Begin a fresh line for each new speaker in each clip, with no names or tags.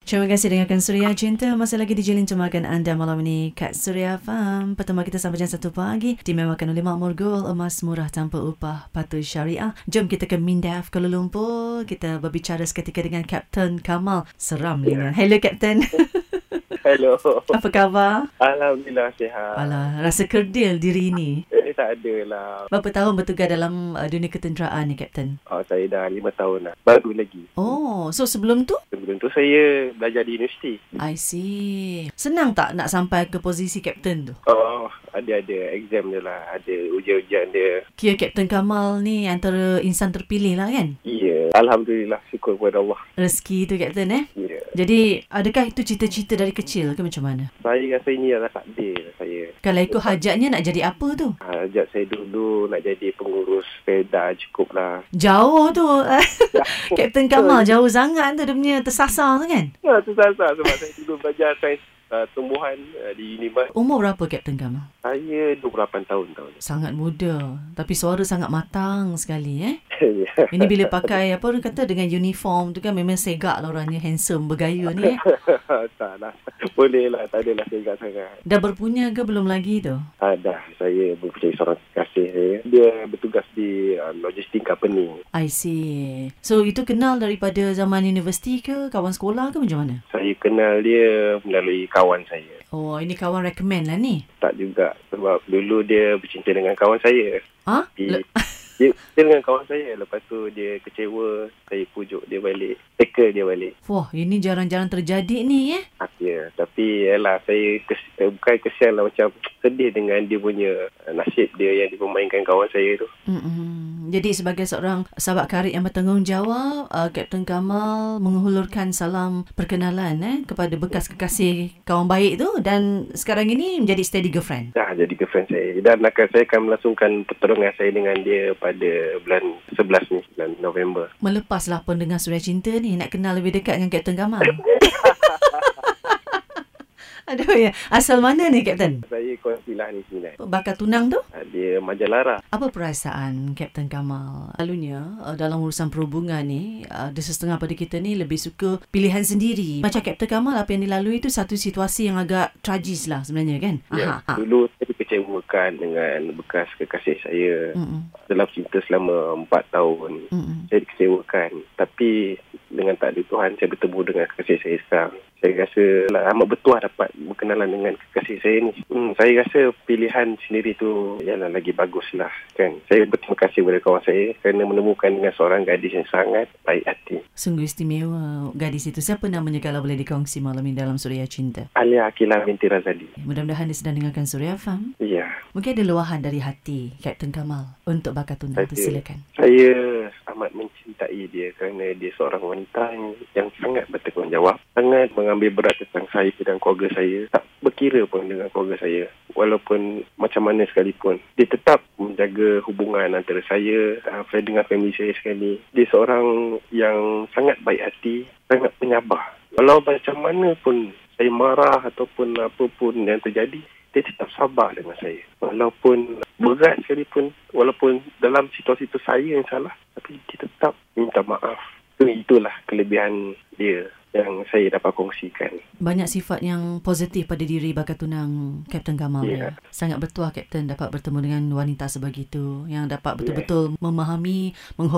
Terima kasih dengarkan Surya Cinta. Masih lagi di Jilin Temakan anda malam ini kat Surya Farm. Pertama kita sampai jam 1 pagi. Dimewakan oleh Makmur Gold. Emas murah tanpa upah. Patuh syariah. Jom kita ke Mindaf, Kuala Lumpur. Kita berbicara seketika dengan Kapten Kamal. Seram yeah. Hello Kapten.
Hello.
Apa khabar?
Alhamdulillah sihat.
Alah, rasa kerdil diri ini.
Eh, tak ada lah.
Berapa tahun bertugas dalam uh, dunia ketenteraan ni, Kapten?
Oh, saya dah lima tahun lah. Baru lagi.
Oh, so sebelum tu?
Sebelum tu saya belajar di universiti.
I see. Senang tak nak sampai ke posisi Kapten tu?
Oh, ada-ada. Exam je lah. Ada ujian-ujian dia.
Kira Kapten Kamal ni antara insan terpilih lah kan?
Ya. Yeah. Alhamdulillah. Syukur kepada Allah.
Rezeki tu, Kapten eh?
Ya. Yeah.
Jadi, adakah itu cita-cita dari kecil ke macam mana?
Saya rasa ini adalah takdir saya.
Kalau ikut hajatnya nak jadi apa tu?
Hajat saya dulu nak jadi pengurus sepeda cukup lah.
Jauh tu. Kapten Kamal jauh sangat tu dia punya tersasar tu kan?
Ya, tersasar sebab saya dulu belajar sains uh, tumbuhan uh, di Unibat.
Umur berapa Kapten Kamal?
Saya 28 tahun tahun ni.
Sangat muda. Tapi suara sangat matang sekali eh.
Ya.
Ini bila pakai apa orang kata dengan uniform tu kan memang segak lah orangnya handsome bergaya ni eh.
tak lah. Boleh lah. Tak adalah segak sangat.
Dah berpunya ke belum lagi tu?
Ah, dah. Saya mempunyai seorang kasih saya. Dia bertugas di uh, logistik company.
I see. So itu kenal daripada zaman universiti ke kawan sekolah ke macam mana?
Saya kenal dia melalui kawan saya.
Oh, ini kawan recommend lah ni?
Tak juga. Sebab dulu dia bercinta dengan kawan saya.
Ha?
Dia, dia, dia dengan kawan saya. Lepas tu dia kecewa. Saya pujuk dia balik. Teka dia balik.
Wah, ini jarang-jarang terjadi ni eh?
Ha, ya. Tapi yalah, saya kes, eh, bukan kesian lah. Macam sedih dengan dia punya eh, nasib dia yang dipermainkan kawan saya tu.
Mm-mm. Jadi sebagai seorang sahabat karib yang bertanggungjawab, uh, Kapten Kamal menghulurkan salam perkenalan eh kepada bekas kekasih kawan baik tu dan sekarang ini menjadi steady girlfriend.
Dah jadi girlfriend saya. Dan akan saya akan melangsungkan pertolongan saya dengan dia pada bulan 11 ni, bulan November.
Melepaslah pendengar suria cinta ni nak kenal lebih dekat dengan Kapten Kamal. Aduh ya. Asal mana ni Kapten?
Saya Kuala lah ni Sembilan.
Bakar tunang tu?
Dia Majalara.
Apa perasaan Kapten Kamal? Lalunya uh, dalam urusan perhubungan ni, uh, ada setengah pada kita ni lebih suka pilihan sendiri. Macam Kapten Kamal apa yang dilalui tu satu situasi yang agak tragis lah sebenarnya kan?
Ya, Aha. dulu saya dikecewakan dengan bekas kekasih saya
Hmm.
Mm-mm. dalam cinta selama 4 tahun. Mm-mm. Saya dikecewakan. Tapi dengan takdir Tuhan, saya bertemu dengan kekasih saya sekarang saya rasa lah, amat bertuah dapat berkenalan dengan kekasih saya ni. Hmm, saya rasa pilihan sendiri tu ialah lagi bagus lah kan. Saya berterima kasih kepada kawan saya kerana menemukan dengan seorang gadis yang sangat baik hati.
Sungguh istimewa gadis itu. Siapa namanya kalau boleh dikongsi malam ini dalam Suria Cinta? Ya,
Alia Akila binti Razali.
Mudah-mudahan dia sedang dengarkan Suria Farm.
Ya.
Mungkin ada luahan dari hati Captain Kamal untuk bakar tunang itu silakan.
Saya amat mencintai dia kerana dia seorang wanita yang sangat bertanggungjawab. Sangat meng- mengambil berat tentang saya dan keluarga saya. Tak berkira pun dengan keluarga saya. Walaupun macam mana sekalipun. Dia tetap menjaga hubungan antara saya uh, dengan family saya sekali. Dia seorang yang sangat baik hati, sangat penyabar. Walau macam mana pun saya marah ataupun apa pun yang terjadi, dia tetap sabar dengan saya. Walaupun berat sekalipun, walaupun dalam situasi itu saya yang salah, tapi dia tetap minta maaf. Itulah kelebihan dia yang saya dapat kongsikan.
Banyak sifat yang positif pada diri bakal tunang Kapten Kamal. Yeah. Ya. Sangat bertuah Kapten dapat bertemu dengan wanita sebegitu yang dapat betul-betul yeah. memahami,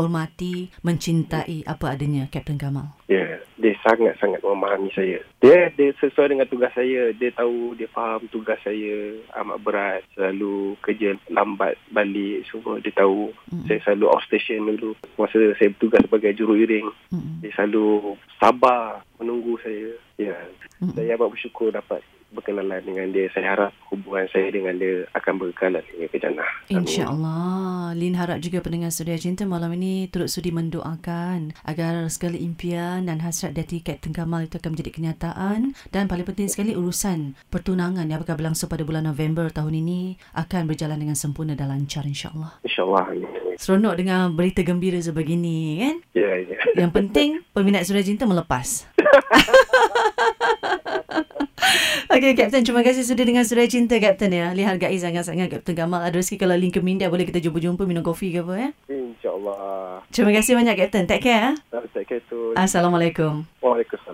menghormati, mencintai apa adanya Kapten Kamal.
Ya, yeah. dia sangat-sangat memahami saya. Dia dia sesuai dengan tugas saya. Dia tahu, dia faham tugas saya amat berat. Selalu kerja lambat balik semua dia tahu. Mm. Saya selalu off station dulu. Masa saya bertugas sebagai juru iring, mm. dia selalu sabar menunggu saya. Ya, hmm. saya amat bersyukur dapat berkenalan dengan dia. Saya harap hubungan saya dengan dia akan berkekalan hingga ke jannah.
InsyaAllah. Lin harap juga pendengar Suria Cinta malam ini turut sudi mendoakan agar segala impian dan hasrat dari Kapten Kamal itu akan menjadi kenyataan dan paling penting sekali urusan pertunangan yang akan berlangsung pada bulan November tahun ini akan berjalan dengan sempurna dan lancar insyaAllah.
InsyaAllah.
Seronok dengan berita gembira sebegini kan?
Ya, yeah, ya. Yeah.
Yang penting peminat Suria Cinta melepas. Okey Kapten, terima kasih sudah dengan Surai Cinta Kapten ya. Lihat hargai sangat-sangat Kapten Kamal. Ada rezeki kalau link ke Minda boleh kita jumpa-jumpa minum kopi ke apa ya.
InsyaAllah.
Terima kasih banyak Kapten. Take care. ya.
Ha? Take care tu.
Assalamualaikum.
Waalaikumsalam.